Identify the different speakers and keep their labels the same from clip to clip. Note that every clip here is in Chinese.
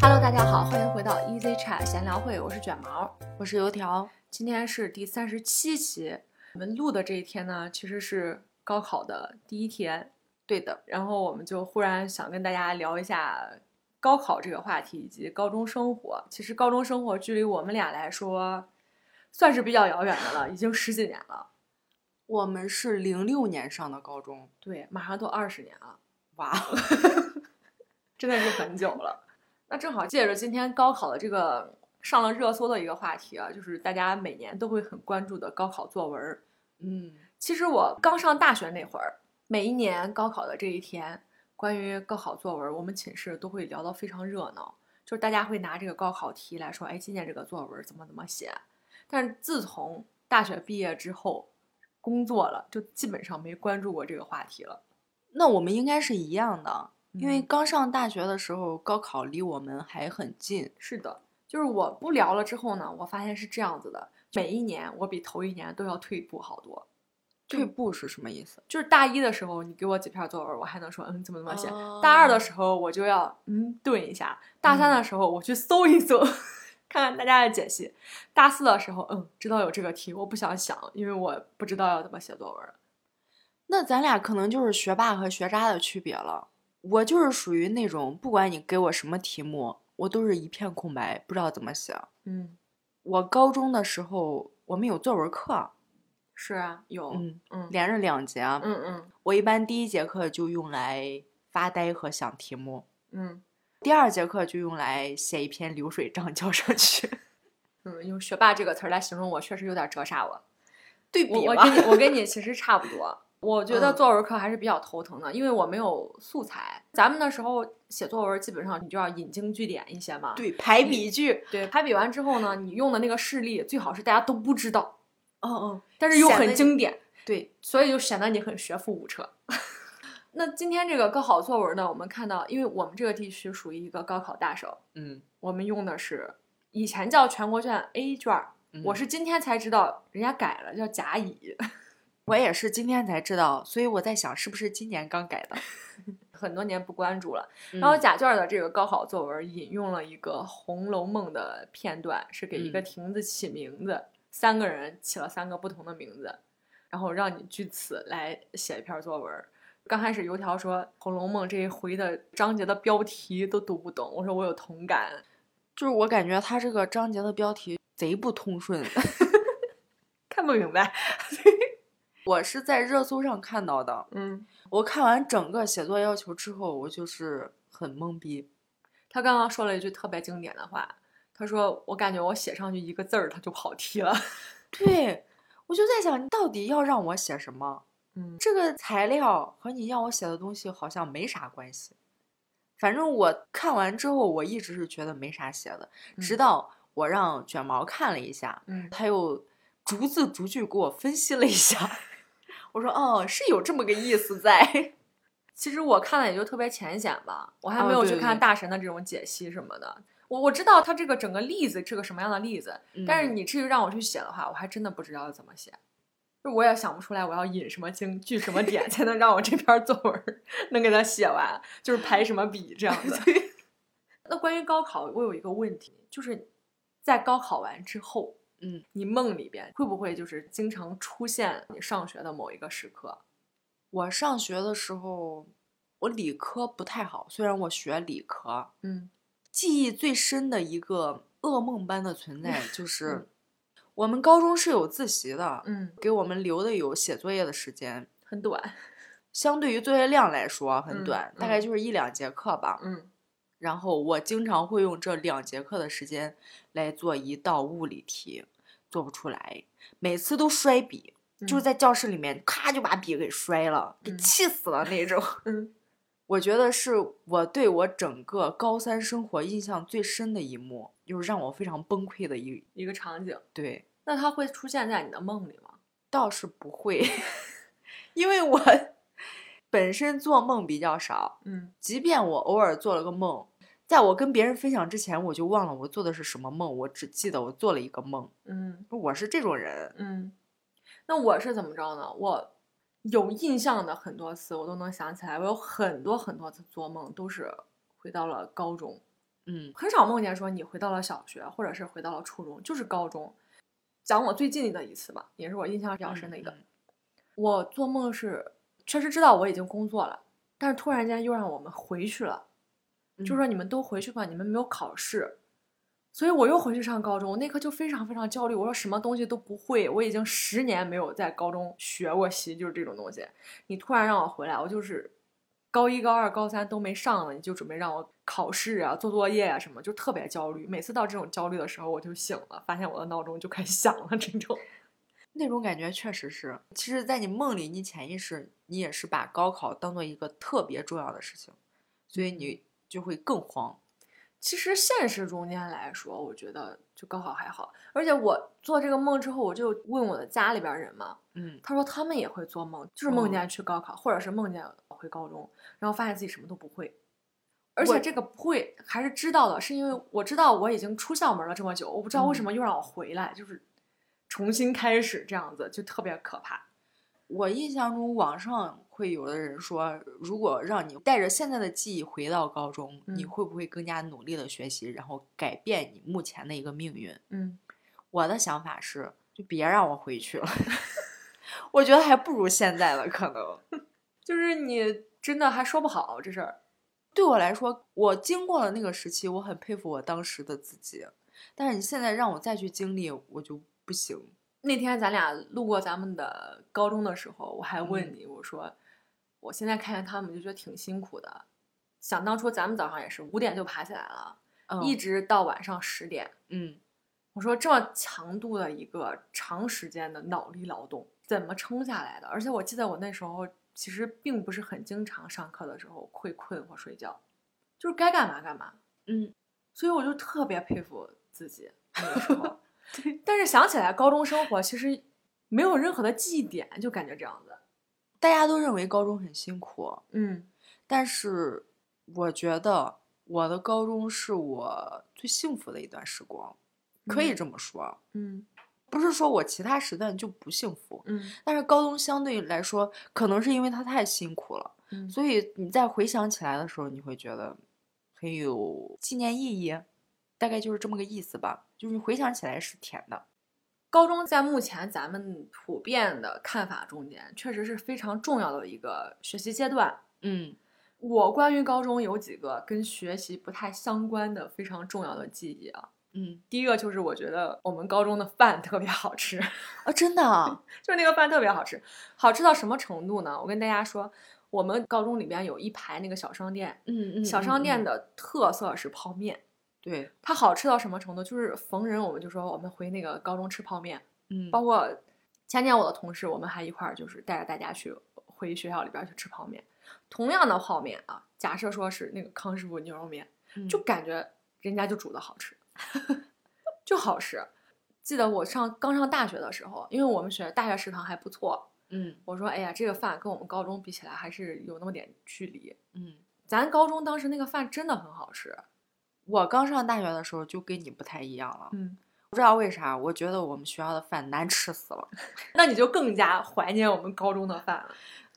Speaker 1: Hello，大家好，欢迎回到 Easy Chat 闲聊会，我是卷毛，
Speaker 2: 我是油条。
Speaker 1: 今天是第三十七期。我们录的这一天呢，其实是高考的第一天，
Speaker 2: 对的，
Speaker 1: 然后我们就忽然想跟大家聊一下高考这个话题以及高中生活。其实高中生活距离我们俩来说，算是比较遥远的了，已经十几年了。
Speaker 2: 我们是零六年上的高中，
Speaker 1: 对，马上都二十年了，
Speaker 2: 哇，哦
Speaker 1: 真的是很久了。那正好借着今天高考的这个上了热搜的一个话题啊，就是大家每年都会很关注的高考作文儿。
Speaker 2: 嗯，
Speaker 1: 其实我刚上大学那会儿，每一年高考的这一天，关于高考作文，我们寝室都会聊得非常热闹，就是大家会拿这个高考题来说，哎，今年这个作文怎么怎么写。但是自从大学毕业之后，工作了，就基本上没关注过这个话题了。
Speaker 2: 那我们应该是一样的，因为
Speaker 1: 嗯
Speaker 2: 刚上大学的时候，高考离我们还很近。
Speaker 1: 是的，就是我不聊了之后呢，我发现是这样子的，每一年我比头一年都要退步好多。
Speaker 2: 退步是什么意思？
Speaker 1: 就是大一的时候，你给我几篇作文，我还能说嗯怎么怎么写。
Speaker 2: 哦
Speaker 1: 大二的时候我就要嗯顿一下，大三的时候我去搜一搜， 看看大家的解析。大四的时候，嗯，知道有这个题，我不想想，因为我不知道要怎么写作文了。
Speaker 2: 那咱俩可能就是学霸和学渣的区别了。我就是属于那种，不管你给我什么题目，我都是一片空白，不知道怎么写。
Speaker 1: 嗯，
Speaker 2: 我高中的时候，我们有作文课，
Speaker 1: 是啊，有，嗯
Speaker 2: 嗯，
Speaker 1: 嗯
Speaker 2: 连着两节。啊
Speaker 1: 嗯嗯
Speaker 2: 我一般第一节课就用来发呆和想题目，
Speaker 1: 嗯
Speaker 2: 第二节课就用来写一篇流水账交上去。
Speaker 1: 嗯，用“学霸”这个词儿来形容我，确实有点折煞我。
Speaker 2: 对
Speaker 1: 我我
Speaker 2: 吧
Speaker 1: 跟你我 跟你其实差不多。我觉得
Speaker 2: 嗯
Speaker 1: 作文课还是比较头疼的，因为我没有素材。咱们那时候写作文，基本上你就要引经据典一些嘛。
Speaker 2: 对排比句，
Speaker 1: 对，排比完之后呢，你用的那个事例最好是大家都不知道，
Speaker 2: 哦哦，
Speaker 1: 但是又
Speaker 2: 显得
Speaker 1: 很
Speaker 2: 你
Speaker 1: 经典，
Speaker 2: 对，
Speaker 1: 所以就显得你很学富五车。 那今天这个高考作文呢，我们看到，因为我们这个地区属于一个高考大省，
Speaker 2: 嗯，
Speaker 1: 我们用的是以前叫全国卷 A 卷儿，我
Speaker 2: 我是
Speaker 1: 是今天才知道人家改了，叫甲乙。
Speaker 2: 我也是今天才知道，所以我在想是不是今年刚改的。
Speaker 1: 很多年不关注了，然
Speaker 2: 然
Speaker 1: 后
Speaker 2: 后
Speaker 1: 贾卷儿的这个高考作文引用了一个《红楼梦》的片段，是给一个
Speaker 2: 嗯
Speaker 1: 亭子起名字，三个人起了三个不同的名字，然后让你据此来写一篇作文。刚开始油条说《红楼梦》这一回的章节的标题都读不懂，我说我有同感。
Speaker 2: 就是我感觉他这个章节的标题贼不通顺，
Speaker 1: 看不明白，
Speaker 2: 我是在热搜上看到的。
Speaker 1: 嗯，
Speaker 2: 我看完整个写作要求之后，我就是很懵逼。
Speaker 1: 他刚刚说了一句特别经典的话，他说：“我感觉我写上去一个字儿，他就跑题了。
Speaker 2: 对，我就在想，你到底要让我写什么？”
Speaker 1: 嗯，
Speaker 2: 这个材料和你让我写的东西好像没啥关系。反正我看完之后，我一直是觉得没啥写的，
Speaker 1: 嗯
Speaker 2: 直到我让卷毛看了一下，
Speaker 1: 嗯，
Speaker 2: 他又逐字逐句给我分析了一下。 我说，哦，是有这么个意思在。
Speaker 1: 其实我看了也就特别浅显吧，我还没有
Speaker 2: 哦对
Speaker 1: 去
Speaker 2: 对
Speaker 1: 看
Speaker 2: 对
Speaker 1: 大神的这种解析什么的。我我知道他这个整个例子是个什么样的例子，但是
Speaker 2: 嗯。
Speaker 1: 你至于让我去写的话，我还真的不知道要怎么写。就我也想不出来我要引什么经、据什么点才能让我这篇作文儿能给它写完，就是排什么比这样子
Speaker 2: 对
Speaker 1: 那关于高考，我有一个问题，就是在高考完之后，
Speaker 2: 嗯，
Speaker 1: 你梦里边会不会就是经常出现你上学的某一个时刻？
Speaker 2: 我上学的时候，我理科不太好，虽然我学理科，
Speaker 1: 嗯
Speaker 2: 记忆最深的一个噩梦般的存在就是，我们高中是有自习的，
Speaker 1: 嗯，
Speaker 2: 给我们留的有写作业的时间，
Speaker 1: 很短。
Speaker 2: 相对于作业量来说很
Speaker 1: 嗯
Speaker 2: 短，大概
Speaker 1: 嗯
Speaker 2: 就是一两节课吧。
Speaker 1: 嗯
Speaker 2: 然后我经常会用这两节课的时间来做一道物理题，做不出来，每次都摔笔，就是
Speaker 1: 嗯
Speaker 2: 在教室里面咔就把笔给摔了，给
Speaker 1: 嗯
Speaker 2: 气死了那种。
Speaker 1: 嗯
Speaker 2: 我觉得是我对我整个高三生活印象最深的一幕，就是让我非常崩溃的一
Speaker 1: 一个场景。
Speaker 2: 对。
Speaker 1: 那它会出现在你的梦里吗？
Speaker 2: 倒是不会， 因为我本身做梦比较少，
Speaker 1: 嗯
Speaker 2: 即便我偶尔做了个梦，在我跟别人分享之前，我就忘了我做的是什么梦，我只记得我做了一个梦。
Speaker 1: 嗯
Speaker 2: 我是这种人，
Speaker 1: 嗯。那我是怎么着呢？我有印象的很多次，我都能想起来。我有很多很多次做梦，都是回到了高中。
Speaker 2: 嗯
Speaker 1: 很少梦见说你回到了小学，或者是回到了初中，就是高中。讲我最近的一次吧，也是我印象比较深的一个。
Speaker 2: 嗯
Speaker 1: 我做梦是确实知道我已经工作了，但是突然间又让我们回去了，
Speaker 2: 嗯
Speaker 1: 就说你们都回去吧，你们没有考试，所以我又回去上高中。我那刻就非常非常焦虑，我说什么东西都不会，我已经十年没有在高中学过习，就是这种东西。你突然让我回来，我就是高一、高二、高三都没上了，你就准备让我考试啊、做作业啊什么，就特别焦虑。每次到这种焦虑的时候，我就醒了，发现我的闹钟就开始响了，这种。
Speaker 2: 那种感觉确实是。其实，在你梦里，你潜意识你也是把高考当做一个特别重要的事情，所以你就会更慌。
Speaker 1: 其实现实中间来说，我觉得就高考还好。而且我做这个梦之后，我就问我的家里边人嘛，
Speaker 2: 嗯，
Speaker 1: 他说他们也会做梦，就是梦
Speaker 2: 嗯
Speaker 1: 见去高考，或者是梦见回高中，然后发现自己什么都不会。而且
Speaker 2: 我
Speaker 1: 这个不会还是知道的，是因为我知道我已经出校门了这么久，我不知道
Speaker 2: 嗯
Speaker 1: 为什么又让我回来，就是重新开始这样子，就特别可怕。
Speaker 2: 我印象中网上会有的人说，如果让你带着现在的记忆回到高中，你
Speaker 1: 嗯
Speaker 2: 会不会更加努力的学习，然后改变你目前的一个命运？
Speaker 1: 嗯，
Speaker 2: 我的想法是，就别让我回去了。 我觉得还不如现在了，可能。
Speaker 1: 就是你真的还说不好这事儿。
Speaker 2: 对我来说，我经过了那个时期，我很佩服我当时的自己。但是你现在让我再去经历，我就不行。
Speaker 1: 那天咱俩路过咱们的高中的时候，我还问
Speaker 2: 嗯
Speaker 1: 你，我说我现在看见他们就觉得挺辛苦的。想当初咱们早上也是五点就爬起来了，
Speaker 2: 嗯
Speaker 1: 一直到晚上十点。
Speaker 2: 嗯，
Speaker 1: 我说这么强度的一个长时间的脑力劳动，怎么撑下来的？而且我记得我那时候其实并不是很经常上课的时候会困或睡觉，就是该干嘛干嘛。
Speaker 2: 嗯，
Speaker 1: 所以我就特别佩服自己那个时 候。但是想起来高中生活其实没有任何的记忆点，就感觉这样子。
Speaker 2: 大家都认为高中很辛苦，
Speaker 1: 嗯
Speaker 2: 但是我觉得我的高中是我最幸福的一段时光，可以
Speaker 1: 嗯
Speaker 2: 这么说。
Speaker 1: 嗯
Speaker 2: 不是说我其他时段就不幸福，
Speaker 1: 嗯
Speaker 2: 但是高中相对来说，可能是因为它太辛苦了。
Speaker 1: 嗯，
Speaker 2: 所以你再回想起来的时候，你会觉得很有纪念意义，大概就是这么个意思吧。就是你回想起来是甜的，
Speaker 1: 高中在目前咱们普遍的看法中间，确实是非常重要的一个学习阶段。
Speaker 2: 嗯
Speaker 1: 我关于高中有几个跟学习不太相关的非常重要的记忆啊。
Speaker 2: 嗯
Speaker 1: 第一个就是我觉得我们高中的饭特别好吃，
Speaker 2: 啊，真的啊，
Speaker 1: 就是那个饭特别好吃，好吃到什么程度呢？我跟大家说，我们高中里边有一排那个小商店，
Speaker 2: 嗯嗯，
Speaker 1: 小商店
Speaker 2: 嗯
Speaker 1: 的特色是泡面，
Speaker 2: 对，
Speaker 1: 它好吃到什么程度？就是逢人我们就说我们回那个高中吃泡面，
Speaker 2: 嗯
Speaker 1: 包括前年我的同事，我们还一块儿就是带着大家去回学校里边去吃泡面。同样的泡面啊，假设说是那个康师傅牛肉面，就
Speaker 2: 就
Speaker 1: 感觉人家就煮的好吃， 就好吃。记得我上刚上大学的时候，因为我们学大学食堂还不错，
Speaker 2: 嗯
Speaker 1: 我说哎呀，这个饭跟我们高中比起来还是有那么点距离。
Speaker 2: 嗯，
Speaker 1: 咱高中当时那个饭真的很好吃，
Speaker 2: 我刚上大学的时候就跟你不太一样了，
Speaker 1: 嗯，
Speaker 2: 不知道为啥，我觉得我们学校的饭难吃死了。
Speaker 1: 那你就更加怀念我们高中的饭了。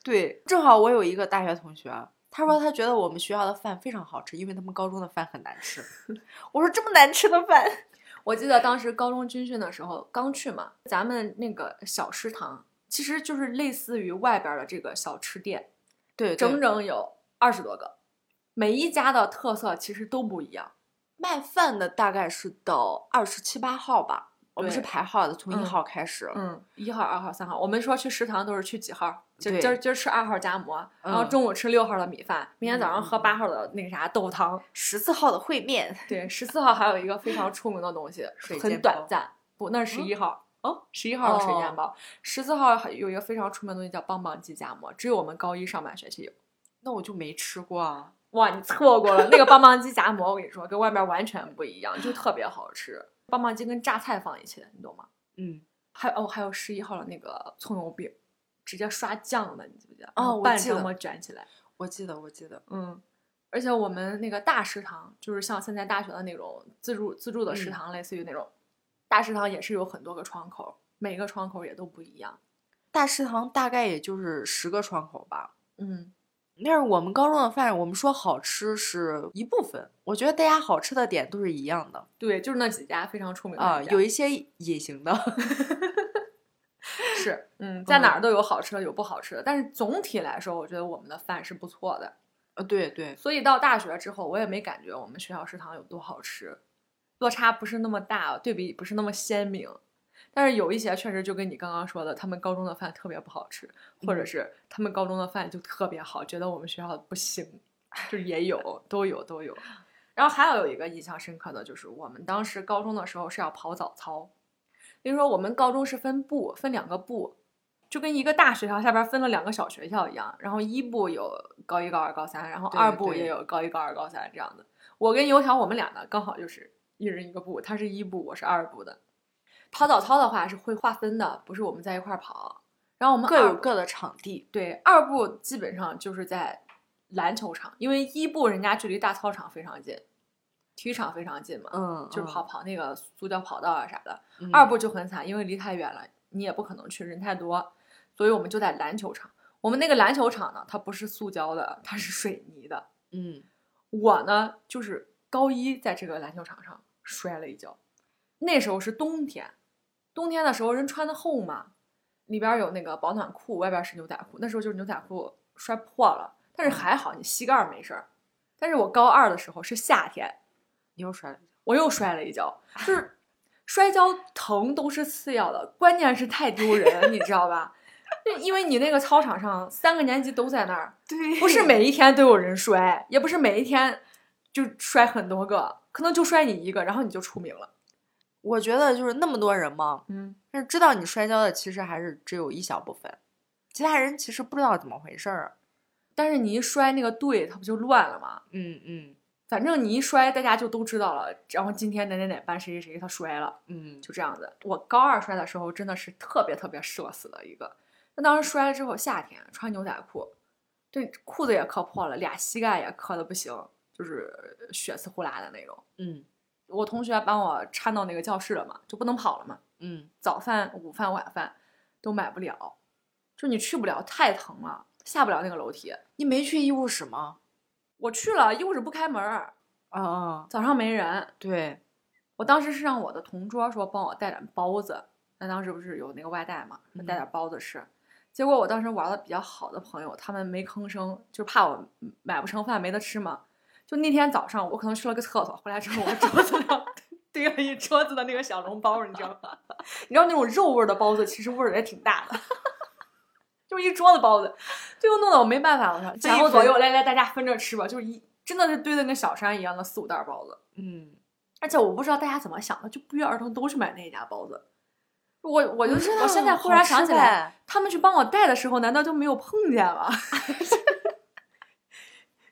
Speaker 2: 对，正好我有一个大学同学，啊他
Speaker 1: 嗯
Speaker 2: 说他觉得我们学校的饭非常好吃，因为他们高中的饭很难吃。 我说这么难吃的饭，
Speaker 1: 我记得当时高中军训的时候刚去嘛，咱们那个小食堂其实就是类似于外边的这个小吃店，
Speaker 2: 对，
Speaker 1: 整整有二十多个，每一家的特色其实都不一样。
Speaker 2: 卖饭的大概是到二十七八号吧，我们是
Speaker 1: 对
Speaker 2: 排号的，从一
Speaker 1: 嗯
Speaker 2: 号开始。
Speaker 1: 嗯，一号、二号、三号，我们说去食堂都是去几号？就
Speaker 2: 对
Speaker 1: 今儿今儿吃二号夹馍，然后
Speaker 2: 嗯
Speaker 1: 中午吃六号的米饭，明天早上喝
Speaker 2: 嗯嗯嗯
Speaker 1: 八号的那个啥豆腐汤。
Speaker 2: 十四号的烩面，
Speaker 1: 对，十四号还有一个非常出名的东西，
Speaker 2: 水
Speaker 1: 很
Speaker 2: 煎
Speaker 1: 短
Speaker 2: 包
Speaker 1: 暂，不，那是十一号。哦，十一号的水煎
Speaker 2: 哦
Speaker 1: 包，十四号还有一个非常出名的东西叫棒棒鸡夹馍，只有我们高一上半学期有。
Speaker 2: 那我就没吃过啊。
Speaker 1: 哇，你错过了那个棒棒鸡夹馍，我跟你说，跟外面完全不一样，就特别好吃。棒棒鸡跟榨菜放一起的，你懂吗？
Speaker 2: 嗯，
Speaker 1: 还有哦，还有十一号的那个葱油饼，直接刷酱的，你记不记得？然
Speaker 2: 哦
Speaker 1: 后
Speaker 2: 我
Speaker 1: 半
Speaker 2: 记
Speaker 1: 张
Speaker 2: 得
Speaker 1: 馍卷起来，
Speaker 2: 我记得，我记得，
Speaker 1: 嗯。而且我们那个大食堂，就是像现在大学的那种自助自助的食
Speaker 2: 嗯
Speaker 1: 堂，类似于那种大食堂，也是有很多个窗口，每个窗口也都不一样。
Speaker 2: 大食堂大概也就是十个窗口吧。
Speaker 1: 嗯，
Speaker 2: 但是我们高中的饭，我们说好吃是一部分，我觉得大家好吃的点都是一样的
Speaker 1: 对，就是那几家非常出名的
Speaker 2: 啊，
Speaker 1: 那家
Speaker 2: 有一些隐形的，
Speaker 1: 是，嗯，在哪儿都有好吃的，有不好吃的，但是总体来说，我觉得我们的饭是不错的。
Speaker 2: 呃，对对，
Speaker 1: 所以到大学之后，我也没感觉我们学校食堂有多好吃，落差不是那么大，对比不是那么鲜明。但是有一些确实就跟你刚刚说的，他们高中的饭特别不好吃，或者
Speaker 2: 嗯
Speaker 1: 是他们高中的饭就特别好，觉得我们学校不行，就是也有，都有都有。然后还有一个印象深刻的就是，我们当时高中的时候是要跑早操，因为说我们高中是分部，分两个部，就跟一个大学校下边分了两个小学校一样，然后一部有高一、高二、高三，然后
Speaker 2: 对
Speaker 1: 二部
Speaker 2: 对
Speaker 1: 也有高一、高二、高三这样的。我跟油条我们俩呢，刚好就是一人一个部，他是一部，我是二部的。跑早操的话是会划分的，不是我们在一块儿跑。然后我们
Speaker 2: 各
Speaker 1: 二
Speaker 2: 有
Speaker 1: 部
Speaker 2: 各的场地。
Speaker 1: 对，二部基本上就是在篮球场，因为一部人家距离大操场非常近，体育场非常近嘛，
Speaker 2: 嗯，
Speaker 1: 就是
Speaker 2: 嗯
Speaker 1: 跑。跑那个塑胶跑道啊啥的。
Speaker 2: 嗯
Speaker 1: 二部就很惨，因为离太远了，你也不可能去，人太多，所以我们就在篮球场。我们那个篮球场呢，它不是塑胶的，它是水泥的。
Speaker 2: 嗯，
Speaker 1: 我呢，就是高一在这个篮球场上摔了一跤，那时候是冬天，冬天的时候人穿的厚嘛，里边儿有那个保暖裤，外边儿是牛仔裤，那时候就是牛仔裤摔破了，但是还好你膝盖儿没事儿。但是我高二的时候是夏天，
Speaker 2: 你又摔了一跤。
Speaker 1: 我又摔了一跤，就是摔跤疼都是次要的，关键是太丢人了，你知道吧？ 就因为你那个操场上三个年级都在那儿，
Speaker 2: 对
Speaker 1: 不 是每一天都有人摔，也不是每一天就摔很多个，可能就摔你一个，然后你就出名了。
Speaker 2: 我觉得就是那么多人嘛，
Speaker 1: 嗯，
Speaker 2: 但是知道你摔跤的其实还是只有一小部分，其他人其实不知道怎么回事儿。
Speaker 1: 但是你一摔那个队，它不就乱了吗？
Speaker 2: 嗯嗯
Speaker 1: 反正你一摔，大家就都知道了。然后今天哪哪哪班谁谁谁他摔了，
Speaker 2: 嗯，
Speaker 1: 就这样子。我高二摔的时候真的是特别特别社死的一个。那当时摔了之后，夏天穿牛仔裤，这裤子也磕破了，俩膝盖也磕的不行，就是血丝呼啦的那种。
Speaker 2: 嗯
Speaker 1: 我同学把我搀到那个教室了嘛，就不能跑了嘛。
Speaker 2: 嗯，
Speaker 1: 早饭、午饭、晚饭都买不了，就你去不了，太疼了，下不了那个楼梯。
Speaker 2: 你没去医务室吗？
Speaker 1: 我去了，医务室不开门儿，
Speaker 2: 啊啊，
Speaker 1: 早上没人。
Speaker 2: 对，
Speaker 1: 我当时是让我的同桌说帮我带点包子，那当时不是有那个外带嘛，
Speaker 2: 嗯
Speaker 1: 带点包子吃。结果我当时玩的比较好的朋友，他们没吭声，就怕我买不成饭没得吃嘛。就那天早上，我可能去了个厕所，回来之后我桌子上 堆了一桌子的那个小笼包，你知道吗？ 你知道那种肉味儿的包子，其实味儿也挺大的， 就是一桌子包子，最后弄得我没办法，我说前后左右来来，大家分着吃吧，就是一真的是堆的跟小山一样的四五袋儿包子。
Speaker 2: 嗯，
Speaker 1: 而且我不知道大家怎么想的，就不约而同都去买那一家包子。我我
Speaker 2: 我
Speaker 1: 就
Speaker 2: 知道
Speaker 1: 我现在
Speaker 2: 了
Speaker 1: 忽
Speaker 2: 啊好
Speaker 1: 然
Speaker 2: 吃
Speaker 1: 想起来，
Speaker 2: 呗，
Speaker 1: 他们去帮我带的时候，难道就没有碰见吗？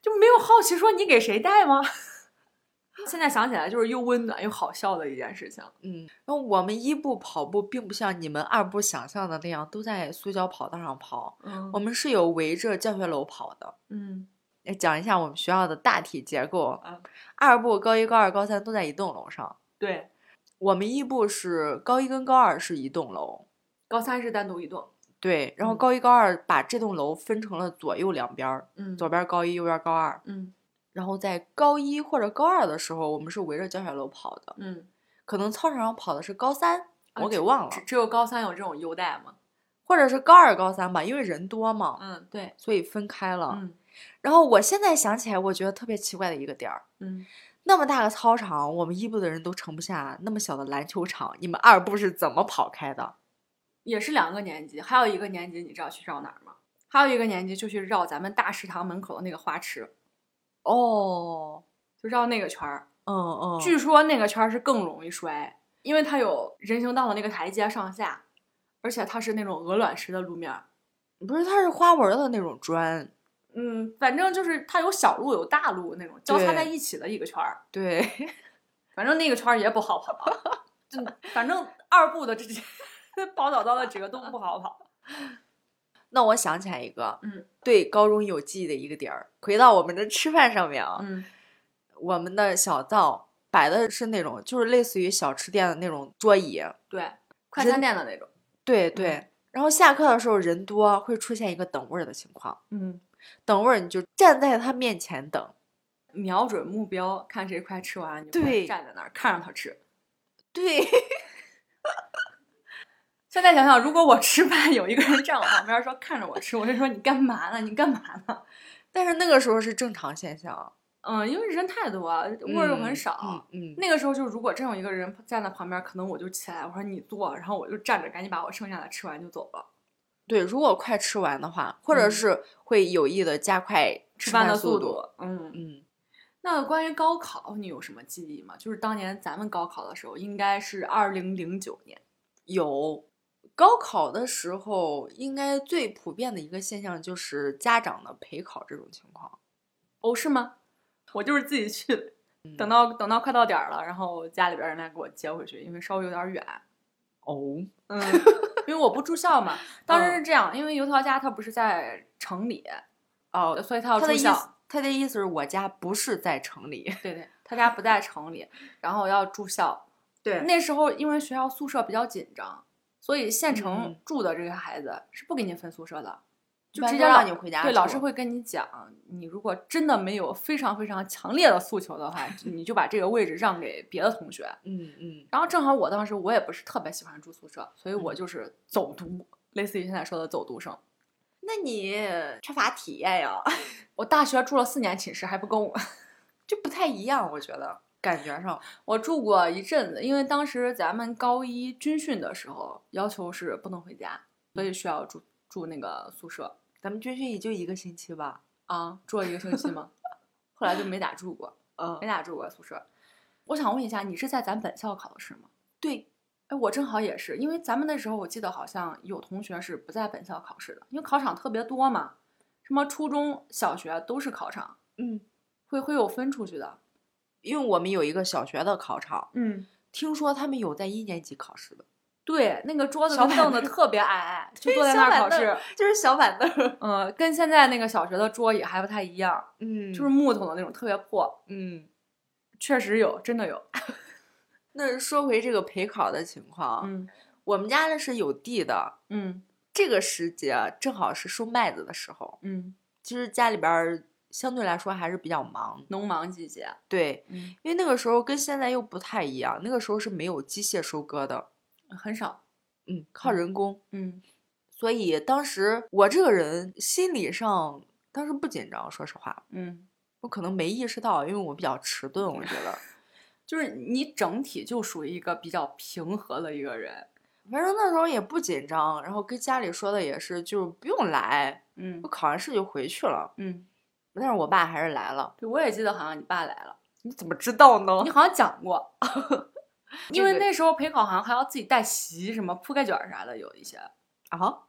Speaker 1: 就没有好奇说你给谁带吗？ 现在想起来，就是又温暖又好笑的一件事情。
Speaker 2: 嗯，那我们一部跑步并不像你们二部想象的那样都在塑胶跑道上跑，
Speaker 1: 嗯
Speaker 2: 我们是有围着教学楼跑的。
Speaker 1: 嗯
Speaker 2: 来讲一下我们学校的大体结构
Speaker 1: 啊，
Speaker 2: 二部、高一、高二、高三都在一栋楼上。
Speaker 1: 对，
Speaker 2: 我们一部是高一跟高二是一栋楼，
Speaker 1: 高三是单独一栋。
Speaker 2: 对，然后
Speaker 1: 嗯
Speaker 2: 高一、高二把这栋楼分成了左右两边儿，
Speaker 1: 嗯
Speaker 2: 左边儿高一，右边儿高二。
Speaker 1: 嗯
Speaker 2: 然后在高一或者高二的时候，我们是围着教学楼跑的，
Speaker 1: 嗯，
Speaker 2: 可能操场上跑的是高三，
Speaker 1: 啊
Speaker 2: 我给
Speaker 1: 这
Speaker 2: 忘了
Speaker 1: 只，只有高三有这种优待吗？
Speaker 2: 或者是高二、高三吧，因为人多嘛，
Speaker 1: 嗯，对，
Speaker 2: 所以分开了。
Speaker 1: 嗯
Speaker 2: 然后我现在想起来，我觉得特别奇怪的一个点儿，
Speaker 1: 嗯，
Speaker 2: 那么大个操场，我们一部的人都盛不下那么小的篮球场，你们二部是怎么跑开的？
Speaker 1: 也是两个年级，还有一个年级你知道去绕哪儿吗？还有一个年级就去绕咱们大食堂门口的那个花池，
Speaker 2: 哦，
Speaker 1: 就绕那个圈儿。
Speaker 2: 嗯嗯，
Speaker 1: 据说那个圈儿是更容易摔，因为它有人行道的那个台阶上下，而且它是那种鹅卵石的路面儿。
Speaker 2: 不是，它是花纹的那种砖，
Speaker 1: 嗯，反正就是它有小路有大路那种交叉在一起的一个圈儿，
Speaker 2: 对，
Speaker 1: 反正那个圈儿也不好 跑，就反正二部的这 几跑早操的几个都不好跑。
Speaker 2: 那我想起来一个，
Speaker 1: 嗯，
Speaker 2: 对高中有记忆的一个点儿，回到我们的吃饭上面啊，
Speaker 1: 嗯
Speaker 2: 我们的小灶摆的是那种，就是类似于小吃店的那种桌椅，
Speaker 1: 对，快餐店的那种。
Speaker 2: 嗯对对。然后下课的时候人多，会出现一个等位儿的情况。
Speaker 1: 嗯
Speaker 2: 等会儿你就站在他面前等。
Speaker 1: 瞄准目标，看谁快吃完，你就
Speaker 2: 对
Speaker 1: 站在那儿看着他吃。
Speaker 2: 对，
Speaker 1: 现在想想，如果我吃饭有一个人站我旁边说看着我吃，我就说你干嘛呢？你干嘛呢？
Speaker 2: 但是那个时候是正常现象，
Speaker 1: 嗯，因为人太多，卧
Speaker 2: 嗯
Speaker 1: 肉很少。
Speaker 2: 嗯，嗯
Speaker 1: 那个时候就如果真有一个人站在旁边，可能我就起来，我说你坐，然后我就站着，赶紧把我剩下的吃完就走了。
Speaker 2: 对，如果快吃完的话，或者
Speaker 1: 嗯
Speaker 2: 是会有意的加快
Speaker 1: 吃饭的
Speaker 2: 速
Speaker 1: 速度，嗯，
Speaker 2: 嗯，
Speaker 1: 那关于高考，你有什么记忆吗？就是当年咱们高考的时候，应该是二零零九年。
Speaker 2: 有。高考的时候，应该最普遍的一个现象就是家长的陪考这种情况。
Speaker 1: 哦，是吗？我就是自己去的，
Speaker 2: 嗯
Speaker 1: 等到等到快到点儿了，然后家里边儿人来给我接回去，因为稍微有点儿远。
Speaker 2: 哦，
Speaker 1: 嗯， 因为我不住校 嘛。当
Speaker 2: 嗯
Speaker 1: 时是这样，因为油条家他不是在城里，
Speaker 2: 哦，
Speaker 1: 所以他要
Speaker 2: 他
Speaker 1: 住
Speaker 2: 的意思
Speaker 1: 校。，
Speaker 2: 他的意思是我家不是在城里。
Speaker 1: 对对，他家不在城里，然后要住校。
Speaker 2: 对
Speaker 1: 那时候因为学校宿舍比较紧张，所以县城
Speaker 2: 嗯
Speaker 1: 住的这些孩子是不给你分宿舍的，就
Speaker 2: 般
Speaker 1: 直
Speaker 2: 都
Speaker 1: 接老
Speaker 2: 让你回家
Speaker 1: 对，老
Speaker 2: 住
Speaker 1: 师会跟你讲，你如果真的没有非常非常强烈的诉求的话，你就把这个位置让给别的同学。
Speaker 2: 嗯嗯，
Speaker 1: 然后正好我当时我也不是特别喜欢住宿舍，所以我
Speaker 2: 嗯
Speaker 1: 就是走读，类似于现在说的走读生。
Speaker 2: 那你缺乏体验呀，
Speaker 1: 我大学住了四年寝室还不够，
Speaker 2: 就不太一样，我觉得感觉上。
Speaker 1: 我住过一阵子，因为当时咱们高一军训的时候要求是不能回家，所以需要住住那个宿舍
Speaker 2: 咱们军训也就一个星期吧。
Speaker 1: 啊，住了一个星期嘛，后来就没咋住过，
Speaker 2: 嗯
Speaker 1: 没，咋住过宿舍。我想问一下，你是在咱本校考的试吗？
Speaker 2: 对，
Speaker 1: 哎，我正好也是，因为咱们那时候我记得好像有同学是不在本校考试的，因为考场特别多嘛，什么初中小学都是考场，
Speaker 2: 嗯，
Speaker 1: 会会有分出去的。
Speaker 2: 因为我们有一个小学的考场，
Speaker 1: 嗯，
Speaker 2: 听说他们有在一年级考试的，
Speaker 1: 对，那个桌子
Speaker 2: 小
Speaker 1: 跟
Speaker 2: 板
Speaker 1: 凳子
Speaker 2: 凳
Speaker 1: 特别矮矮，就
Speaker 2: 对
Speaker 1: 坐在
Speaker 2: 小
Speaker 1: 那儿
Speaker 2: 板
Speaker 1: 考
Speaker 2: 凳
Speaker 1: 试。
Speaker 2: 就是小板凳。
Speaker 1: 嗯，跟现在那个小学的桌也还不太一样，
Speaker 2: 嗯
Speaker 1: 就是木头的那种，特别破。
Speaker 2: 嗯。
Speaker 1: 确实有，真的有。
Speaker 2: 那说回这个陪考的情况，
Speaker 1: 嗯
Speaker 2: 我们家呢是有地的，
Speaker 1: 嗯
Speaker 2: 这个时节啊正好是收麦子的时候。
Speaker 1: 嗯，
Speaker 2: 其实家里边儿相对来说还是比较忙，
Speaker 1: 农忙季节。
Speaker 2: 对，
Speaker 1: 嗯，
Speaker 2: 因为那个时候跟现在又不太一样，那个时候是没有机械收割的，
Speaker 1: 很少。
Speaker 2: 嗯，靠
Speaker 1: 嗯
Speaker 2: 人工。
Speaker 1: 嗯
Speaker 2: 所以当时我这个人心理上当时不紧张，说实话，
Speaker 1: 嗯，
Speaker 2: 我可能没意识到，因为我比较迟钝，我觉得。
Speaker 1: 就是你整体就属于一个比较平和的一个人。
Speaker 2: 反正那时候也不紧张，然后跟家里说的也是，就是不用来，
Speaker 1: 嗯
Speaker 2: 我考完试就回去了。
Speaker 1: 嗯，
Speaker 2: 但是我爸还是来了，
Speaker 1: 对，我也记得好像你爸来了，
Speaker 2: 你怎么知道
Speaker 1: 你
Speaker 2: 呢？
Speaker 1: 好像讲过， 因为
Speaker 2: 这个
Speaker 1: 那时候陪考好像还要自己带席，什么铺盖卷儿啥的，有一些。
Speaker 2: 啊，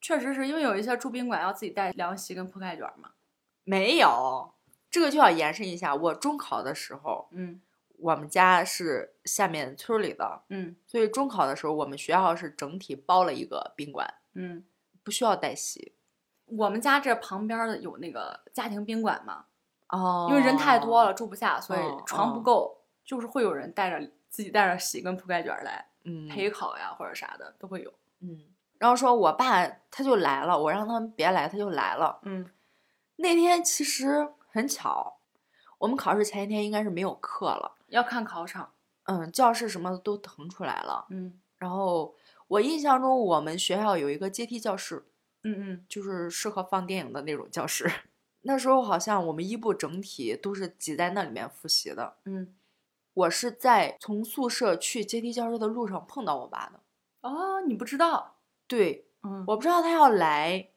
Speaker 1: 确实是因为有一些住宾馆要自己带凉席跟铺盖卷儿嘛。
Speaker 2: 没有，这个就要延伸一下。我中考的时候，
Speaker 1: 嗯
Speaker 2: 我们家是下面村儿里的，
Speaker 1: 嗯
Speaker 2: 所以中考的时候，我们学校是整体包了一个宾馆，
Speaker 1: 嗯，
Speaker 2: 不需要带席。
Speaker 1: 我们家这旁边儿的有那个家庭宾馆嘛，
Speaker 2: 哦
Speaker 1: 因为人太多了，，住不下，所以
Speaker 2: 哦
Speaker 1: 床不
Speaker 2: 哦
Speaker 1: 够，就是会有人带着自己带着席跟铺盖卷儿来
Speaker 2: 嗯，
Speaker 1: 陪考呀或者啥的都会有。
Speaker 2: 嗯，然后说我爸他就来了，我让他们别来，他就来了。
Speaker 1: 嗯
Speaker 2: 那天其实很巧，我们考试前一天应该是没有课了，
Speaker 1: 要看考场。
Speaker 2: 嗯，教室什么的都腾出来了。
Speaker 1: 嗯
Speaker 2: 然后我印象中，我们学校有一个阶梯教室，
Speaker 1: 嗯嗯，
Speaker 2: 就是适合放电影的那种教室。 那时候好像我们一部整体都是挤在那里面复习的。
Speaker 1: 嗯。
Speaker 2: 我是在从宿舍去阶梯教室的路上碰到我爸的，
Speaker 1: 哦，你不知道。
Speaker 2: 对，
Speaker 1: 嗯
Speaker 2: 我不知道他要来，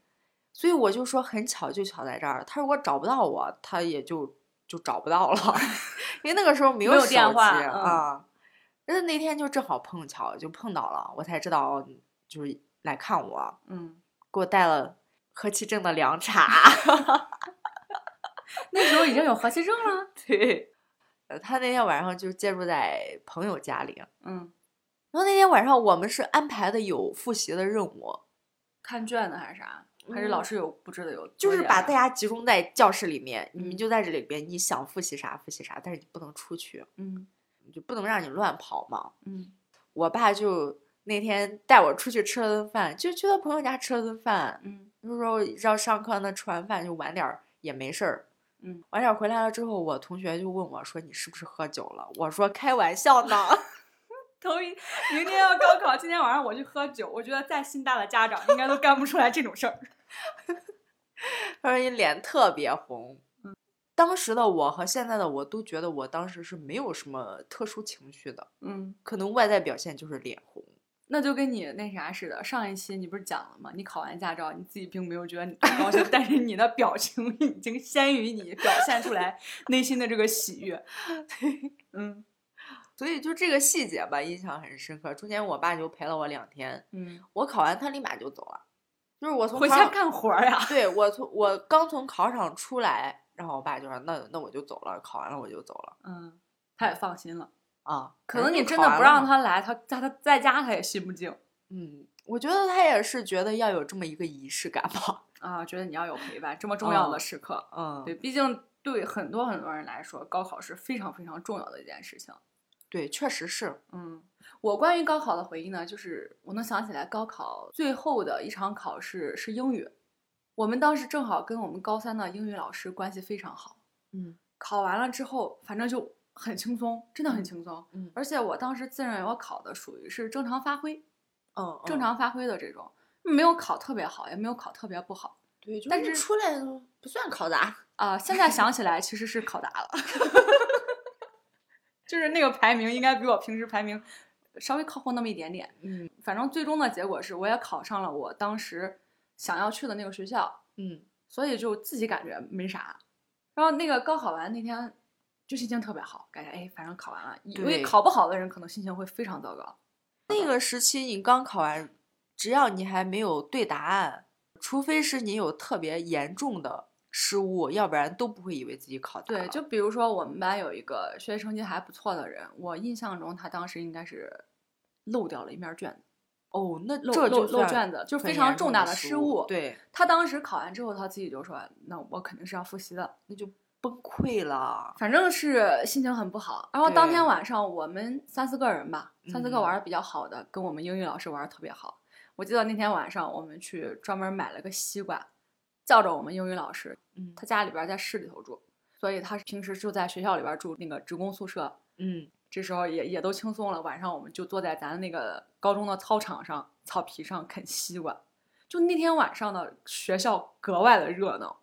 Speaker 2: 所以我就说很巧就巧在这儿。他如果找不到我，他也就就找不到了， 因为那个时候没
Speaker 1: 没有
Speaker 2: 手机
Speaker 1: 电话嗯
Speaker 2: 啊。但是那天就正好碰巧就碰到了，我才知道哦就是来看我，
Speaker 1: 嗯，
Speaker 2: 给我带了和气正的凉茶。
Speaker 1: 那时候已经有和气症了。
Speaker 2: 对，呃他那天晚上就借住在朋友家里。
Speaker 1: 嗯，
Speaker 2: 然后那天晚上我们是安排的有复习的任务，
Speaker 1: 看卷子还是啥？还是老师有布置的有作业啊？
Speaker 2: 就是把大家集中在教室里面，你
Speaker 1: 嗯
Speaker 2: 们就在这里边，你想复习啥复习啥，但是你不能出去，
Speaker 1: 嗯
Speaker 2: 你就不能让你乱跑嘛。
Speaker 1: 嗯
Speaker 2: 我爸就那天带我出去吃了顿饭，就去他朋友家吃了顿饭，
Speaker 1: 嗯
Speaker 2: 有时候让上课那吃完饭就晚点儿也没事儿。
Speaker 1: 嗯，
Speaker 2: 晚点儿回来了之后，我同学就问我说：“你是不是喝酒了？”我说：“开玩笑呢。
Speaker 1: 头一明天要高考，今天晚上我去喝酒，我觉得再心大的家长应该都干不出来这种事儿。”
Speaker 2: 他说：“你脸特别红。”
Speaker 1: 嗯
Speaker 2: 当时的我和现在的我都觉得我当时是没有什么特殊情绪的，
Speaker 1: 嗯，
Speaker 2: 可能外在表现就是脸红。
Speaker 1: 那就跟你那啥似的，上一期你不是讲了吗？你考完驾照，你自己并没有觉得你多高兴， 但是你的表情已经先于你表现出来内心的这个喜悦。 嗯
Speaker 2: 所以就这个细节吧，印象很深刻。中间我爸就陪了我两天，
Speaker 1: 嗯，
Speaker 2: 我考完他立马就走了，就是我从
Speaker 1: 回
Speaker 2: 考
Speaker 1: 家
Speaker 2: 场
Speaker 1: 干活儿呀、
Speaker 2: 对我从我刚从考场出来，然后我爸就说：“那那我就走了，考完了我就走了。
Speaker 1: 嗯，他也放心了。”
Speaker 2: 啊，
Speaker 1: 可
Speaker 2: 反
Speaker 1: 能
Speaker 2: 正
Speaker 1: 你
Speaker 2: 就
Speaker 1: 真
Speaker 2: 考
Speaker 1: 的
Speaker 2: 完
Speaker 1: 不
Speaker 2: 了
Speaker 1: 让
Speaker 2: 嘛。
Speaker 1: 他来，他在他在家他也心不静
Speaker 2: 嗯，我觉得他也是觉得要有这么一个仪式感 吧。
Speaker 1: 啊，觉得你要有陪伴，这么重要的
Speaker 2: 嗯
Speaker 1: 时刻。
Speaker 2: 嗯，
Speaker 1: 对，毕竟对很多很多人来说，高考是非常非常重要的一件事情。
Speaker 2: 对，确实是。
Speaker 1: 嗯，我关于高考的回忆呢，就是我能想起来高考最后的一场考试是英语，我们当时正好跟我们高三的英语老师关系非常好。
Speaker 2: 嗯
Speaker 1: 考完了之后，反正就很轻松，真的很轻松。
Speaker 2: 嗯
Speaker 1: 而且我当时自认为我考的属于是正常发挥，
Speaker 2: 嗯，
Speaker 1: 正
Speaker 2: 嗯。
Speaker 1: 常发挥的这种，没有考特别好，也没有考特别不好。
Speaker 2: 对，就
Speaker 1: 但
Speaker 2: 是
Speaker 1: 是
Speaker 2: 出来不算考砸。
Speaker 1: 啊、现在想起来其实是考砸了， 就是那个排名应该比我平时排名稍微靠后那么一点点。
Speaker 2: 嗯
Speaker 1: 反正最终的结果是，我也考上了我当时想要去的那个学校，
Speaker 2: 嗯
Speaker 1: 所以就自己感觉没啥。然后那个高考完那天，就心情特别好，感觉哎，反正考完了。因为
Speaker 2: 对
Speaker 1: 考不好的人可能心情会非常糟糕。
Speaker 2: 那个时期你刚考完，只要你还没有对答案，除非是你有特别严重的失误，要不然都不会以为自己考砸
Speaker 1: 对，
Speaker 2: 了
Speaker 1: 就比如说我们班有一个学习成绩还不错的人，我印象中他当时应该是漏掉了一面卷子，
Speaker 2: 哦，那
Speaker 1: 漏
Speaker 2: 这
Speaker 1: 漏
Speaker 2: 就
Speaker 1: 漏
Speaker 2: 算
Speaker 1: 卷子，就是
Speaker 2: 很
Speaker 1: 非常
Speaker 2: 严
Speaker 1: 重
Speaker 2: 重
Speaker 1: 大
Speaker 2: 的
Speaker 1: 失
Speaker 2: 误
Speaker 1: 误。，
Speaker 2: 对，
Speaker 1: 他当时考完之后，他自己就说：“那我肯定是要复习的。”
Speaker 2: 那就崩溃了。
Speaker 1: 反正是心情很不好。然后当天
Speaker 2: 对
Speaker 1: 晚上，我们三四个人吧，三四个
Speaker 2: 嗯
Speaker 1: 玩的比较好的，跟我们英语老师玩的特别好。我记得那天晚上，我们去专门买了个西瓜，叫着我们英语老师，
Speaker 2: 嗯
Speaker 1: 他家里边在市里头住，所以他平时就在学校里边住那个职工宿舍。
Speaker 2: 嗯
Speaker 1: 这时候也也都轻松了，晚上我们就坐在咱那个高中的操场上草皮上啃西瓜。就那天晚上的学校格外的热闹，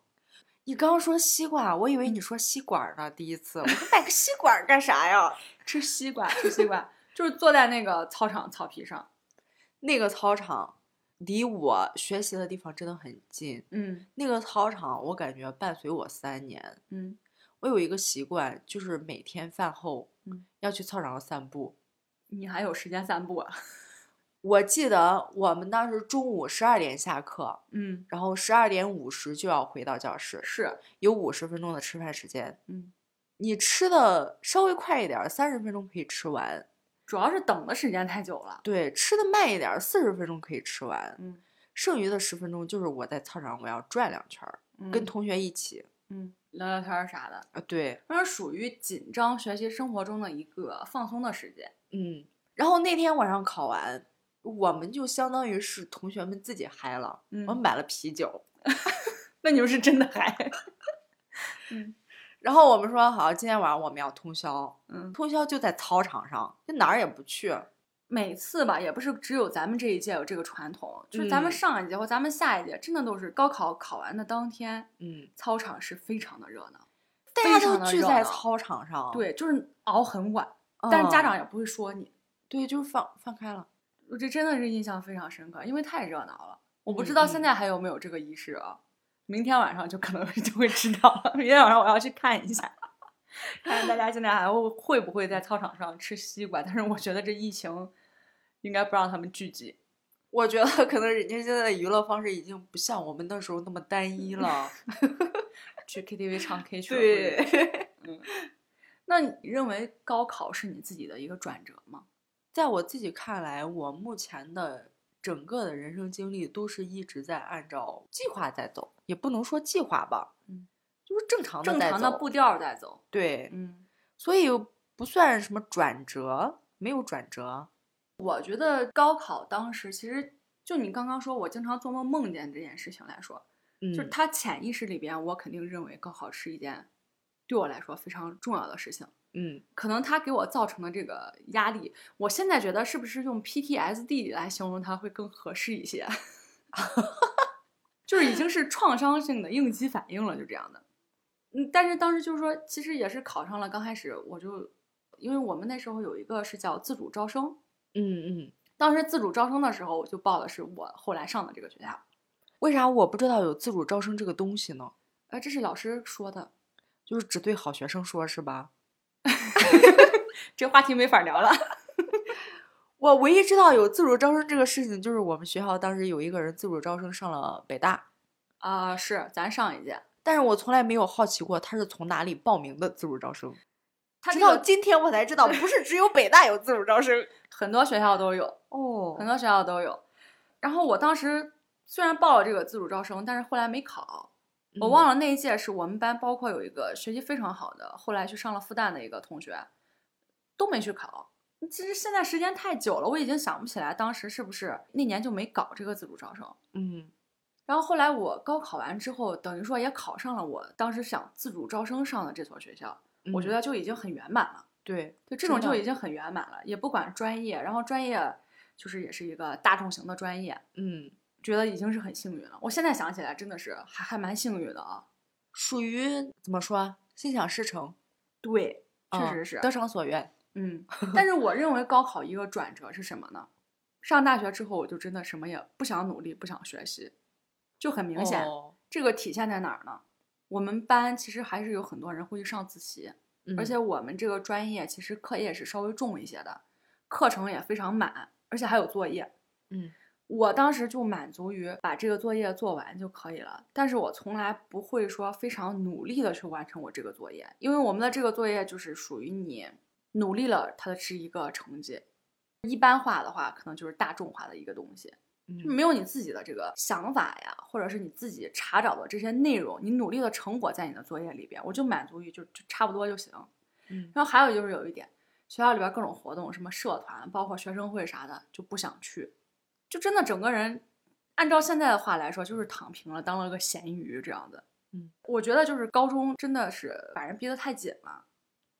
Speaker 2: 你刚刚说西瓜，我以为你说吸管儿呢。第一次，我 说买个吸管儿干啥呀？
Speaker 1: 吃西瓜吃西瓜， 就是坐在那个操场草皮上，
Speaker 2: 那个操场离我学习的地方真的很近。
Speaker 1: 嗯
Speaker 2: 那个操场，我感觉伴随我三年。
Speaker 1: 嗯，
Speaker 2: 我有一个习惯，就是每天饭后，
Speaker 1: 嗯
Speaker 2: 要去操场上散步。
Speaker 1: 你还有时间散步啊？
Speaker 2: 我记得我们当时中午十二点下课，
Speaker 1: 嗯，
Speaker 2: 然后十二点五十就要回到教室，
Speaker 1: 是，
Speaker 2: 有五十分钟的吃饭时间。
Speaker 1: 嗯，
Speaker 2: 你吃的稍微快一点，三十分钟可以吃完；
Speaker 1: 主要是等的时间太久了。
Speaker 2: 对，吃的慢一点，四十分钟可以吃完。
Speaker 1: 嗯，
Speaker 2: 剩余的十分钟就是我在操场我要转两圈儿，跟
Speaker 1: 嗯
Speaker 2: 同学一起
Speaker 1: 嗯聊聊天儿啥的，
Speaker 2: 啊，对，
Speaker 1: 那是属于紧张学习生活中的一个放松的时间。
Speaker 2: 嗯。然后那天晚上考完，我们就相当于是同学们自己嗨了，
Speaker 1: 嗯
Speaker 2: 我们买了啤酒，
Speaker 1: 那你们是真的嗨？
Speaker 2: 然后我们说好，今天晚上我们要通宵，
Speaker 1: 嗯，
Speaker 2: 通宵就在操场上，就哪儿也不去。
Speaker 1: 每次吧，也不是只有咱们这一届有这个传统，就是咱们
Speaker 2: 嗯
Speaker 1: 上一届或咱们下一届，真的都是高考考完的当天，
Speaker 2: 嗯，
Speaker 1: 操场是非常的热闹，
Speaker 2: 大
Speaker 1: 非
Speaker 2: 家
Speaker 1: 常
Speaker 2: 都
Speaker 1: 地
Speaker 2: 聚
Speaker 1: 热
Speaker 2: 在
Speaker 1: 闹
Speaker 2: 操场上，
Speaker 1: 对，就是熬很晚，
Speaker 2: 嗯，
Speaker 1: 但是家长也不会说你。
Speaker 2: 对，就是放放开了。
Speaker 1: 我这真的是印象非常深刻，因为太热闹了。我不
Speaker 2: 嗯
Speaker 1: 知道现
Speaker 2: 嗯
Speaker 1: 在还有没有这个仪式啊，明天晚上就可能 就会知道了。明天晚上我要去看一下， 看看大家现在还会会不会在操场上吃西瓜。但是我觉得这疫情应该不让他们聚集。
Speaker 2: 我觉得可能人家现在的娱乐方式已经不像我们那时候那么单一 了。
Speaker 1: 去 KTV 唱 K 去了。
Speaker 2: 对
Speaker 1: 会， 嗯那你认为高考是你自己的一个转折吗？
Speaker 2: 在我自己看来，我目前的整个的人生经历都是一直在按照计划在走，也不能说计划吧，
Speaker 1: 嗯，
Speaker 2: 就是正常的
Speaker 1: 正
Speaker 2: 在
Speaker 1: 常的
Speaker 2: 走
Speaker 1: 步调儿在走。
Speaker 2: 对，
Speaker 1: 嗯，
Speaker 2: 所以不算什么转折，没有转折。
Speaker 1: 我觉得高考当时其实就你刚刚说我经常做梦梦见这件事情来说，
Speaker 2: 嗯，
Speaker 1: 就是他潜意识里边，我肯定认为高考是一件对我来说非常重要的事情。
Speaker 2: 嗯，
Speaker 1: 可能他给我造成的这个压力，我现在觉得是不是用 PTSD 来形容它会更合适一些？ 就是已经是创伤性的应激反应了，就这样的。嗯，但是当时就是说，其实也是考上了。刚开始我就，因为我们那时候有一个是叫自主招生，
Speaker 2: 嗯嗯，
Speaker 1: 当时自主招生的时候，我就报的是我后来上的这个学校。
Speaker 2: 为啥我不知道有自主招生这个东西呢？
Speaker 1: 呃，这是老师说的，
Speaker 2: 就是只对好学生说，是吧？
Speaker 1: 这话题没法聊了。
Speaker 2: 我唯一知道有自主招生这个事情，就是我们学校当时有一个人自主招生上了北大，
Speaker 1: 啊、是咱上一届，
Speaker 2: 但是我从来没有好奇过他是从哪里报名的自主招生，
Speaker 1: 他
Speaker 2: 直
Speaker 1: 这
Speaker 2: 到
Speaker 1: 个
Speaker 2: 今天我才知道，不是只有北大有自主招生
Speaker 1: 很多学校都有，
Speaker 2: 哦
Speaker 1: 很多学校都有。然后我当时虽然报了这个自主招生，但是后来没考。我忘
Speaker 2: 了，
Speaker 1: 了那一届是我们班，包括有一个学习非常好的，后来去上了复旦的一个同学，都没去考。其实现在时间太久了，我已经想不起来当时是不是那年就没搞这个自主招生。
Speaker 2: 嗯
Speaker 1: 然后后来我高考完之后，等于说也考上了我当时想自主招生上的这所学校，我觉
Speaker 2: 嗯
Speaker 1: 得就已经很圆满了。
Speaker 2: 对，
Speaker 1: 对，这种
Speaker 2: 真
Speaker 1: 就
Speaker 2: 的
Speaker 1: 已经很圆满了，也不管专业，然后专业就是也是一个大众型的专业，
Speaker 2: 嗯，
Speaker 1: 觉得已经是很幸运了。我现在想起来，真的是还还蛮幸运的啊。
Speaker 2: 属于怎么说啊，心想事成，
Speaker 1: 对，确
Speaker 2: 嗯
Speaker 1: 实是。
Speaker 2: 得偿所愿。
Speaker 1: 嗯，但是我认为高考一个转折是什么呢？上大学之后，我就真的什么也不想努力，不想学习，就很明显。
Speaker 2: 哦
Speaker 1: 这个体现在哪儿呢？我们班其实还是有很多人会去上自习，而
Speaker 2: 嗯
Speaker 1: 且我们这个专业其实课业是稍微重一些的，课程也非常满，而且还有作业。
Speaker 2: 嗯，
Speaker 1: 我当时就满足于把这个作业做完就可以了，但是我从来不会说非常努力的去完成我这个作业，因为我们的这个作业就是属于你努力了，它是一个成绩。一般化的话，可能就是大众化的一个东西。就
Speaker 2: 嗯
Speaker 1: 没有你自己的这个想法呀，或者是你自己查找的这些内容，你努力的成果在你的作业里边，我就满足于就就差不多就行。
Speaker 2: 嗯
Speaker 1: 然后还有就是有一点，学校里边各种活动，什么社团，包括学生会啥的，就不想去，就真的整个人，按照现在的话来说，就是躺平了，当了个咸鱼这样子。
Speaker 2: 嗯，
Speaker 1: 我觉得就是高中真的是把人逼得太紧了，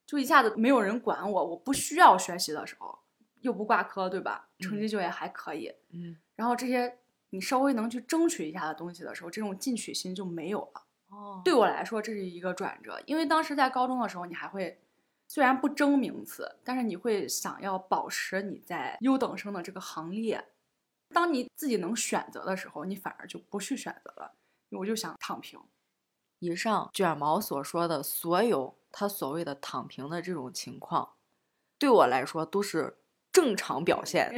Speaker 1: 就一下子没有人管我，我不需要学习的时候，又不挂科，对吧？成绩就也还可以。
Speaker 2: 嗯，
Speaker 1: 然后这些你稍微能去争取一下的东西的时候，这种进取心就没有了。
Speaker 2: 哦
Speaker 1: 对，我来说，这是一个转折，因为当时在高中的时候，你还会虽然不争名次，但是你会想要保持你在优等生的这个行列。当你自己能选择的时候，你反而就不去选择了，我就想躺平。
Speaker 2: 以上卷毛所说的所有他所谓的躺平的这种情况，对我来说都是正常 表现。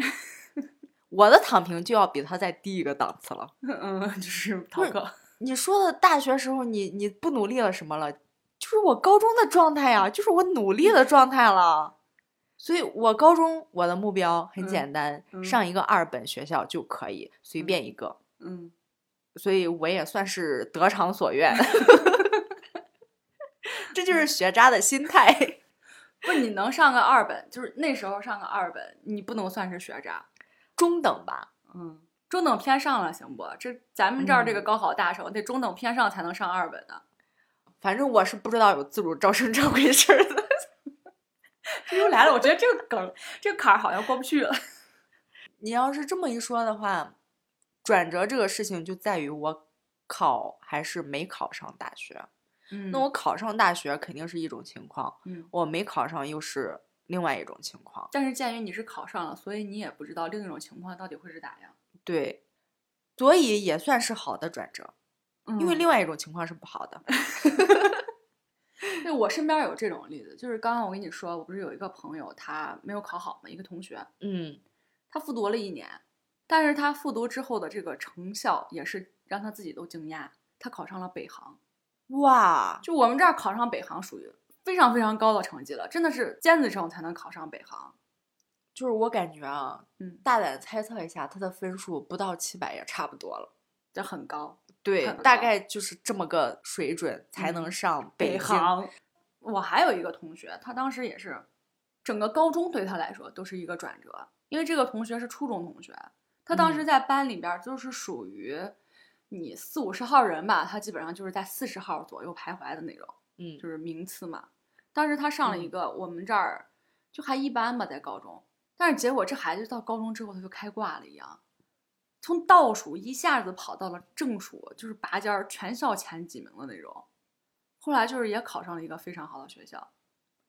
Speaker 2: 我的躺平就要比他再低一个档次了。
Speaker 1: 嗯，就是
Speaker 2: 逃
Speaker 1: 逃
Speaker 2: 课
Speaker 1: 课。
Speaker 2: 你说的大学时候你你不努力了什么了？就是我高中的状态呀、就是我努力的状态了。所以，我高中我的目标很
Speaker 1: 嗯
Speaker 2: 简单，
Speaker 1: 嗯
Speaker 2: 上一个二本学校就可以，随
Speaker 1: 嗯
Speaker 2: 便一个。
Speaker 1: 嗯，
Speaker 2: 所以我也算是得偿所愿。这就是学渣的心态。
Speaker 1: 不，你能上个二本，就是那时候上个二本，你不能算是学渣。
Speaker 2: 中等吧，
Speaker 1: 嗯，中等偏上了行不？这咱们这儿这个
Speaker 2: 嗯
Speaker 1: 高考大省、得中等偏上才能上二本呢，
Speaker 2: 反正我是不知道有自主招生这回事儿的。
Speaker 1: 这 又来了，我觉得这个梗，这个坎儿好像过不去了。
Speaker 2: 你要是这么一说的话，转折这个事情就在于我考还是没考上大学。
Speaker 1: 嗯
Speaker 2: 那我考上大学肯定是一种情况，
Speaker 1: 嗯，
Speaker 2: 我没考上又是另外一种情况。
Speaker 1: 但是鉴于你是考上了，所以你也不知道另一种情况到底会是咋样。
Speaker 2: 对，所以也算是好的转折，因为
Speaker 1: 嗯
Speaker 2: 另外一种情况是不好的。
Speaker 1: 对我身边有这种例子，就是刚刚我跟你说，我不是有一个朋友他没有考好嘛，一个同学，
Speaker 2: 嗯
Speaker 1: 他复读了一年，但是他复读之后的这个成效也是让他自己都惊讶，他考上了北航。
Speaker 2: 嗯哇，
Speaker 1: 就我们这儿考上北航属于非常非常高的成绩了，真的是尖子生才能考上北航。
Speaker 2: 就是我感觉啊，
Speaker 1: 嗯，
Speaker 2: 大胆猜测一下，他的分数不到七百也差不多了。
Speaker 1: 这很高。
Speaker 2: 对，
Speaker 1: 很
Speaker 2: 大
Speaker 1: 高
Speaker 2: 概就是这么个水准才能
Speaker 1: 嗯
Speaker 2: 上北京。
Speaker 1: 航，我还有一个同学，他当时也是，整个高中对他来说都是一个转折，因为这个同学是初中同学，他当
Speaker 2: 嗯
Speaker 1: 时在班里边儿就是属于你四五十号人吧，他基本上就是在四十号左右徘徊的那种，
Speaker 2: 嗯
Speaker 1: 就是名次嘛。当时他上了一个我们这儿就还一般吧，在高中，但是结果这孩子到高中之后他就开挂了一样，从倒数一下子跑到了正数，就是拔尖儿全校前几名的那种。后来就是也考上了一个非常好的学校。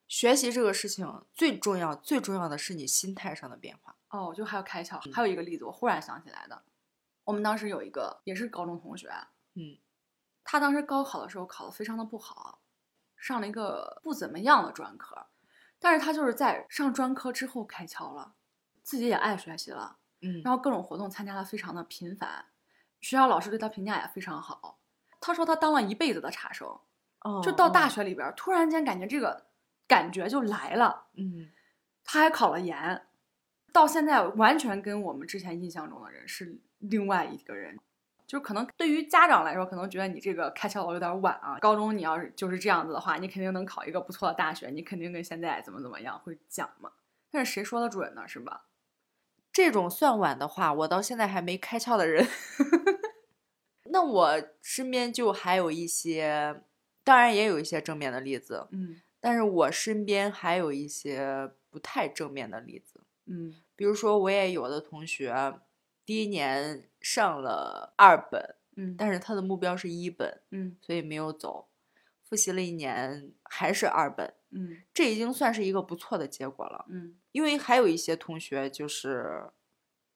Speaker 2: 学习这个事情最重要，最重要的是你心态上的变化。
Speaker 1: 哦，就还有开窍，
Speaker 2: 嗯
Speaker 1: 还有一个例子，我忽然想起来的。我们当时有一个也是高中同学，
Speaker 2: 嗯，
Speaker 1: 他当时高考的时候考得非常的不好，上了一个不怎么样的专科，但是他就是在上专科之后开窍了，自己也爱学习了，
Speaker 2: 嗯
Speaker 1: 然后各种活动参加的非常的频繁，学校老师对他评价也非常好。他说他当了一辈子的差生，
Speaker 2: 后
Speaker 1: 就到大，学里边儿，突然间感觉这个感觉就来了。
Speaker 2: 嗯
Speaker 1: 他还考了研，到现在完全跟我们之前印象中的人是另外一个人。就是可能对于家长来说，可能觉得你这个开窍有点晚啊。高中你要是就是这样子的话，你肯定能考一个不错的大学，你肯定跟现在怎么怎么样会讲嘛。但是谁说得准呢？是吧？
Speaker 2: 这种算晚的话，我到现在还没开窍的人。 那我身边就还有一些，当然也有一些正面的例子，
Speaker 1: 嗯
Speaker 2: 但是我身边还有一些不太正面的例子。
Speaker 1: 嗯
Speaker 2: 比如说，我也有的同学第一年上了二本，
Speaker 1: 嗯但
Speaker 2: 但是他的目标是一本，
Speaker 1: 嗯
Speaker 2: 所以没有走。复习了一年还是二本，
Speaker 1: 嗯
Speaker 2: 这已经算是一个不错的结果了。
Speaker 1: 嗯
Speaker 2: 因为还有一些同学就是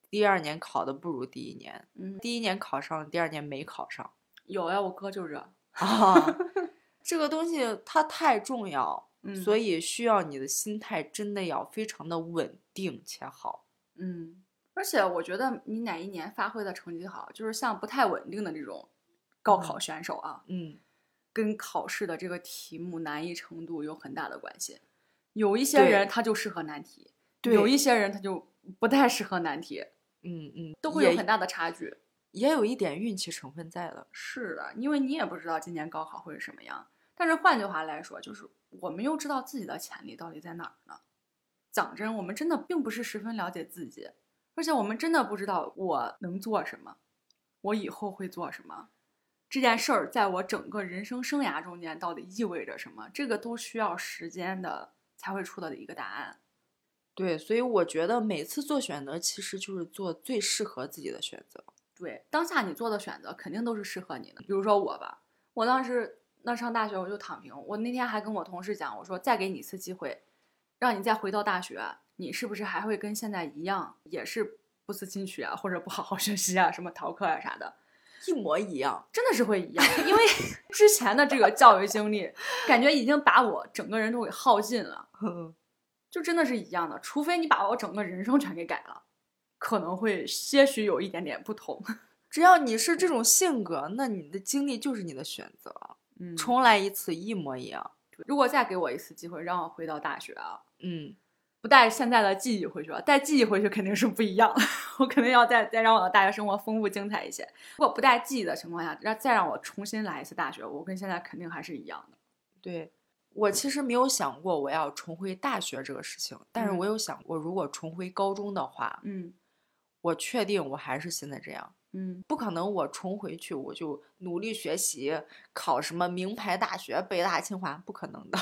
Speaker 2: 第二年考的不如第一年，
Speaker 1: 嗯，
Speaker 2: 第一年考上，第二年没考上
Speaker 1: 有呀，我哥就是这，
Speaker 2: 啊。这个东西它太重要，
Speaker 1: 嗯
Speaker 2: 所以需要你的心态真的要非常的稳定且好。
Speaker 1: 嗯，而且我觉得你哪一年发挥的成绩好，就是像不太稳定的这种高考选手啊，
Speaker 2: 嗯，
Speaker 1: 跟考试的这个题目难易程度有很大的关系。有一些人
Speaker 2: 对
Speaker 1: 他就适合难题，
Speaker 2: 对，
Speaker 1: 有一些人他就不太适合难题，
Speaker 2: 嗯嗯，
Speaker 1: 都会
Speaker 2: 也
Speaker 1: 有很大的差距。
Speaker 2: 也有一点运气成分在的。
Speaker 1: 是的，因为你也不知道今年高考会是什么样。但是换句话来说，就是我们又知道自己的潜力到底在哪儿呢？讲真，我们真的并不是十分了解自己，而且我们真的不知道我能做什么，我以后会做什么。这件事儿在我整个人生生涯中间到底意味着什么？这个都需要时间的才会出的一个答案。
Speaker 2: 对，所以我觉得每次做选择，其实就是做最适合自己的选择。
Speaker 1: 对，当下你做的选择肯定都是适合你的。比如说我吧，我当时那上大学我就躺平。我那天还跟我同事讲，我说再给你一次机会，让你再回到大学，你是不是还会跟现在一样，也是不思进取啊，或者不好好学习啊，什么逃课啊啥的？
Speaker 2: 一模一 样，
Speaker 1: 真的是会一样，因为之前的这个教育经历，感觉已经把我整个人都给耗尽了。就真的是一样的，除非你把我整个人生全给改了，可能会些许有一点点不同。
Speaker 2: 只要你是这种性格，那你的经历就是你的选择，
Speaker 1: 嗯
Speaker 2: 重来一次一模一样。
Speaker 1: 如果再给我一次机会，让我回到大学啊，
Speaker 2: 嗯，
Speaker 1: 不带现在的记忆回去啊，带记忆回去肯定是不一样。 我肯定要再再让我的大学生活丰富精彩一些。如果不带记忆的情况下，让再让我重新来一次大学，我跟现在肯定还是一样的。
Speaker 2: 对。我其实没有想过我要重回大学这个事情，但是
Speaker 1: 嗯
Speaker 2: 我有想过，如果重回高中的话，
Speaker 1: 嗯
Speaker 2: 我确定我还是现在这样，
Speaker 1: 嗯
Speaker 2: 不可能我重回去我就努力学习，考什么名牌大学、北大、清华，不可能的。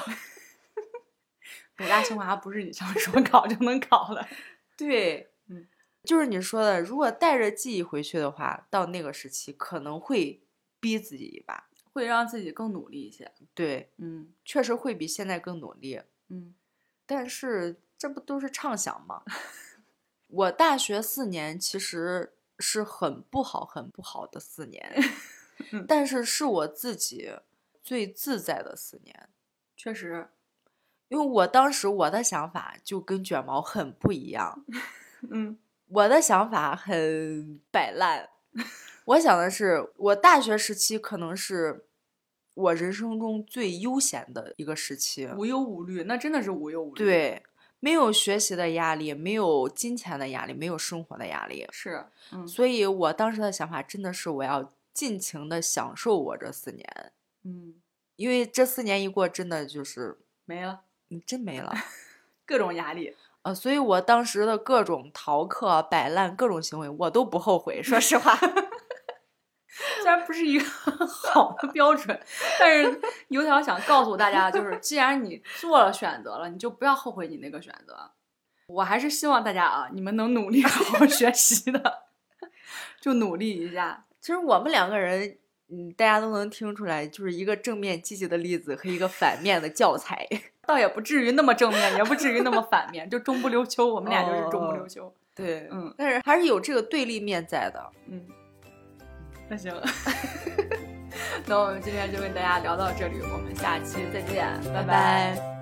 Speaker 1: 北大清华不是你想说考就能考的。
Speaker 2: 对，
Speaker 1: 嗯，
Speaker 2: 就是你说的，如果带着记忆回去的话，到那个时期可能会逼自己一把，
Speaker 1: 会让自己更努力一些。
Speaker 2: 对，
Speaker 1: 嗯
Speaker 2: 确实会比现在更努力，
Speaker 1: 嗯
Speaker 2: 但是这不都是畅想吗？ 我大学四年其实是很不好、很不好的四年
Speaker 1: 嗯，
Speaker 2: 但是是我自己最自在的四年。
Speaker 1: 确实，
Speaker 2: 因为我当时我的想法就跟卷毛很不一样，
Speaker 1: 嗯
Speaker 2: 我的想法很摆烂。 我想的是，我大学时期可能是我人生中最悠闲的一个时期，
Speaker 1: 无忧无虑，那真的是无忧无虑。，
Speaker 2: 对，没有学习的压力，没有金钱的压力，没有生活的压力，
Speaker 1: 是，嗯
Speaker 2: 所以我当时的想法真的是我要尽情的享受我这四年，
Speaker 1: 嗯，
Speaker 2: 因为这四年一过，真的就是
Speaker 1: 没了
Speaker 2: 嗯真没了。
Speaker 1: 各种压力。
Speaker 2: 呃，所以我当时的各种逃课、摆烂、各种行为，我都不后悔。说实话，
Speaker 1: 虽然不是一个 好的标准，但是油条想告诉大家，就是既然你做了选择了，你就不要后悔你那个选择。我还是希望大家啊，你们能努力好好学习的， 就努力一下。
Speaker 2: 其实我们两个人，嗯，大家都能听出来，就是一个正面积极的例子和一个反面的教材。
Speaker 1: 倒也不至于那么正面，也不至于那么反面，就中不溜秋。我们俩就是中不
Speaker 2: 哦
Speaker 1: 溜秋。
Speaker 2: 对
Speaker 1: 嗯
Speaker 2: 但是还是有这个对立面在的。
Speaker 1: 嗯，那行， 那我们今天就跟大家聊到这里，我们下期再见，拜
Speaker 2: 拜拜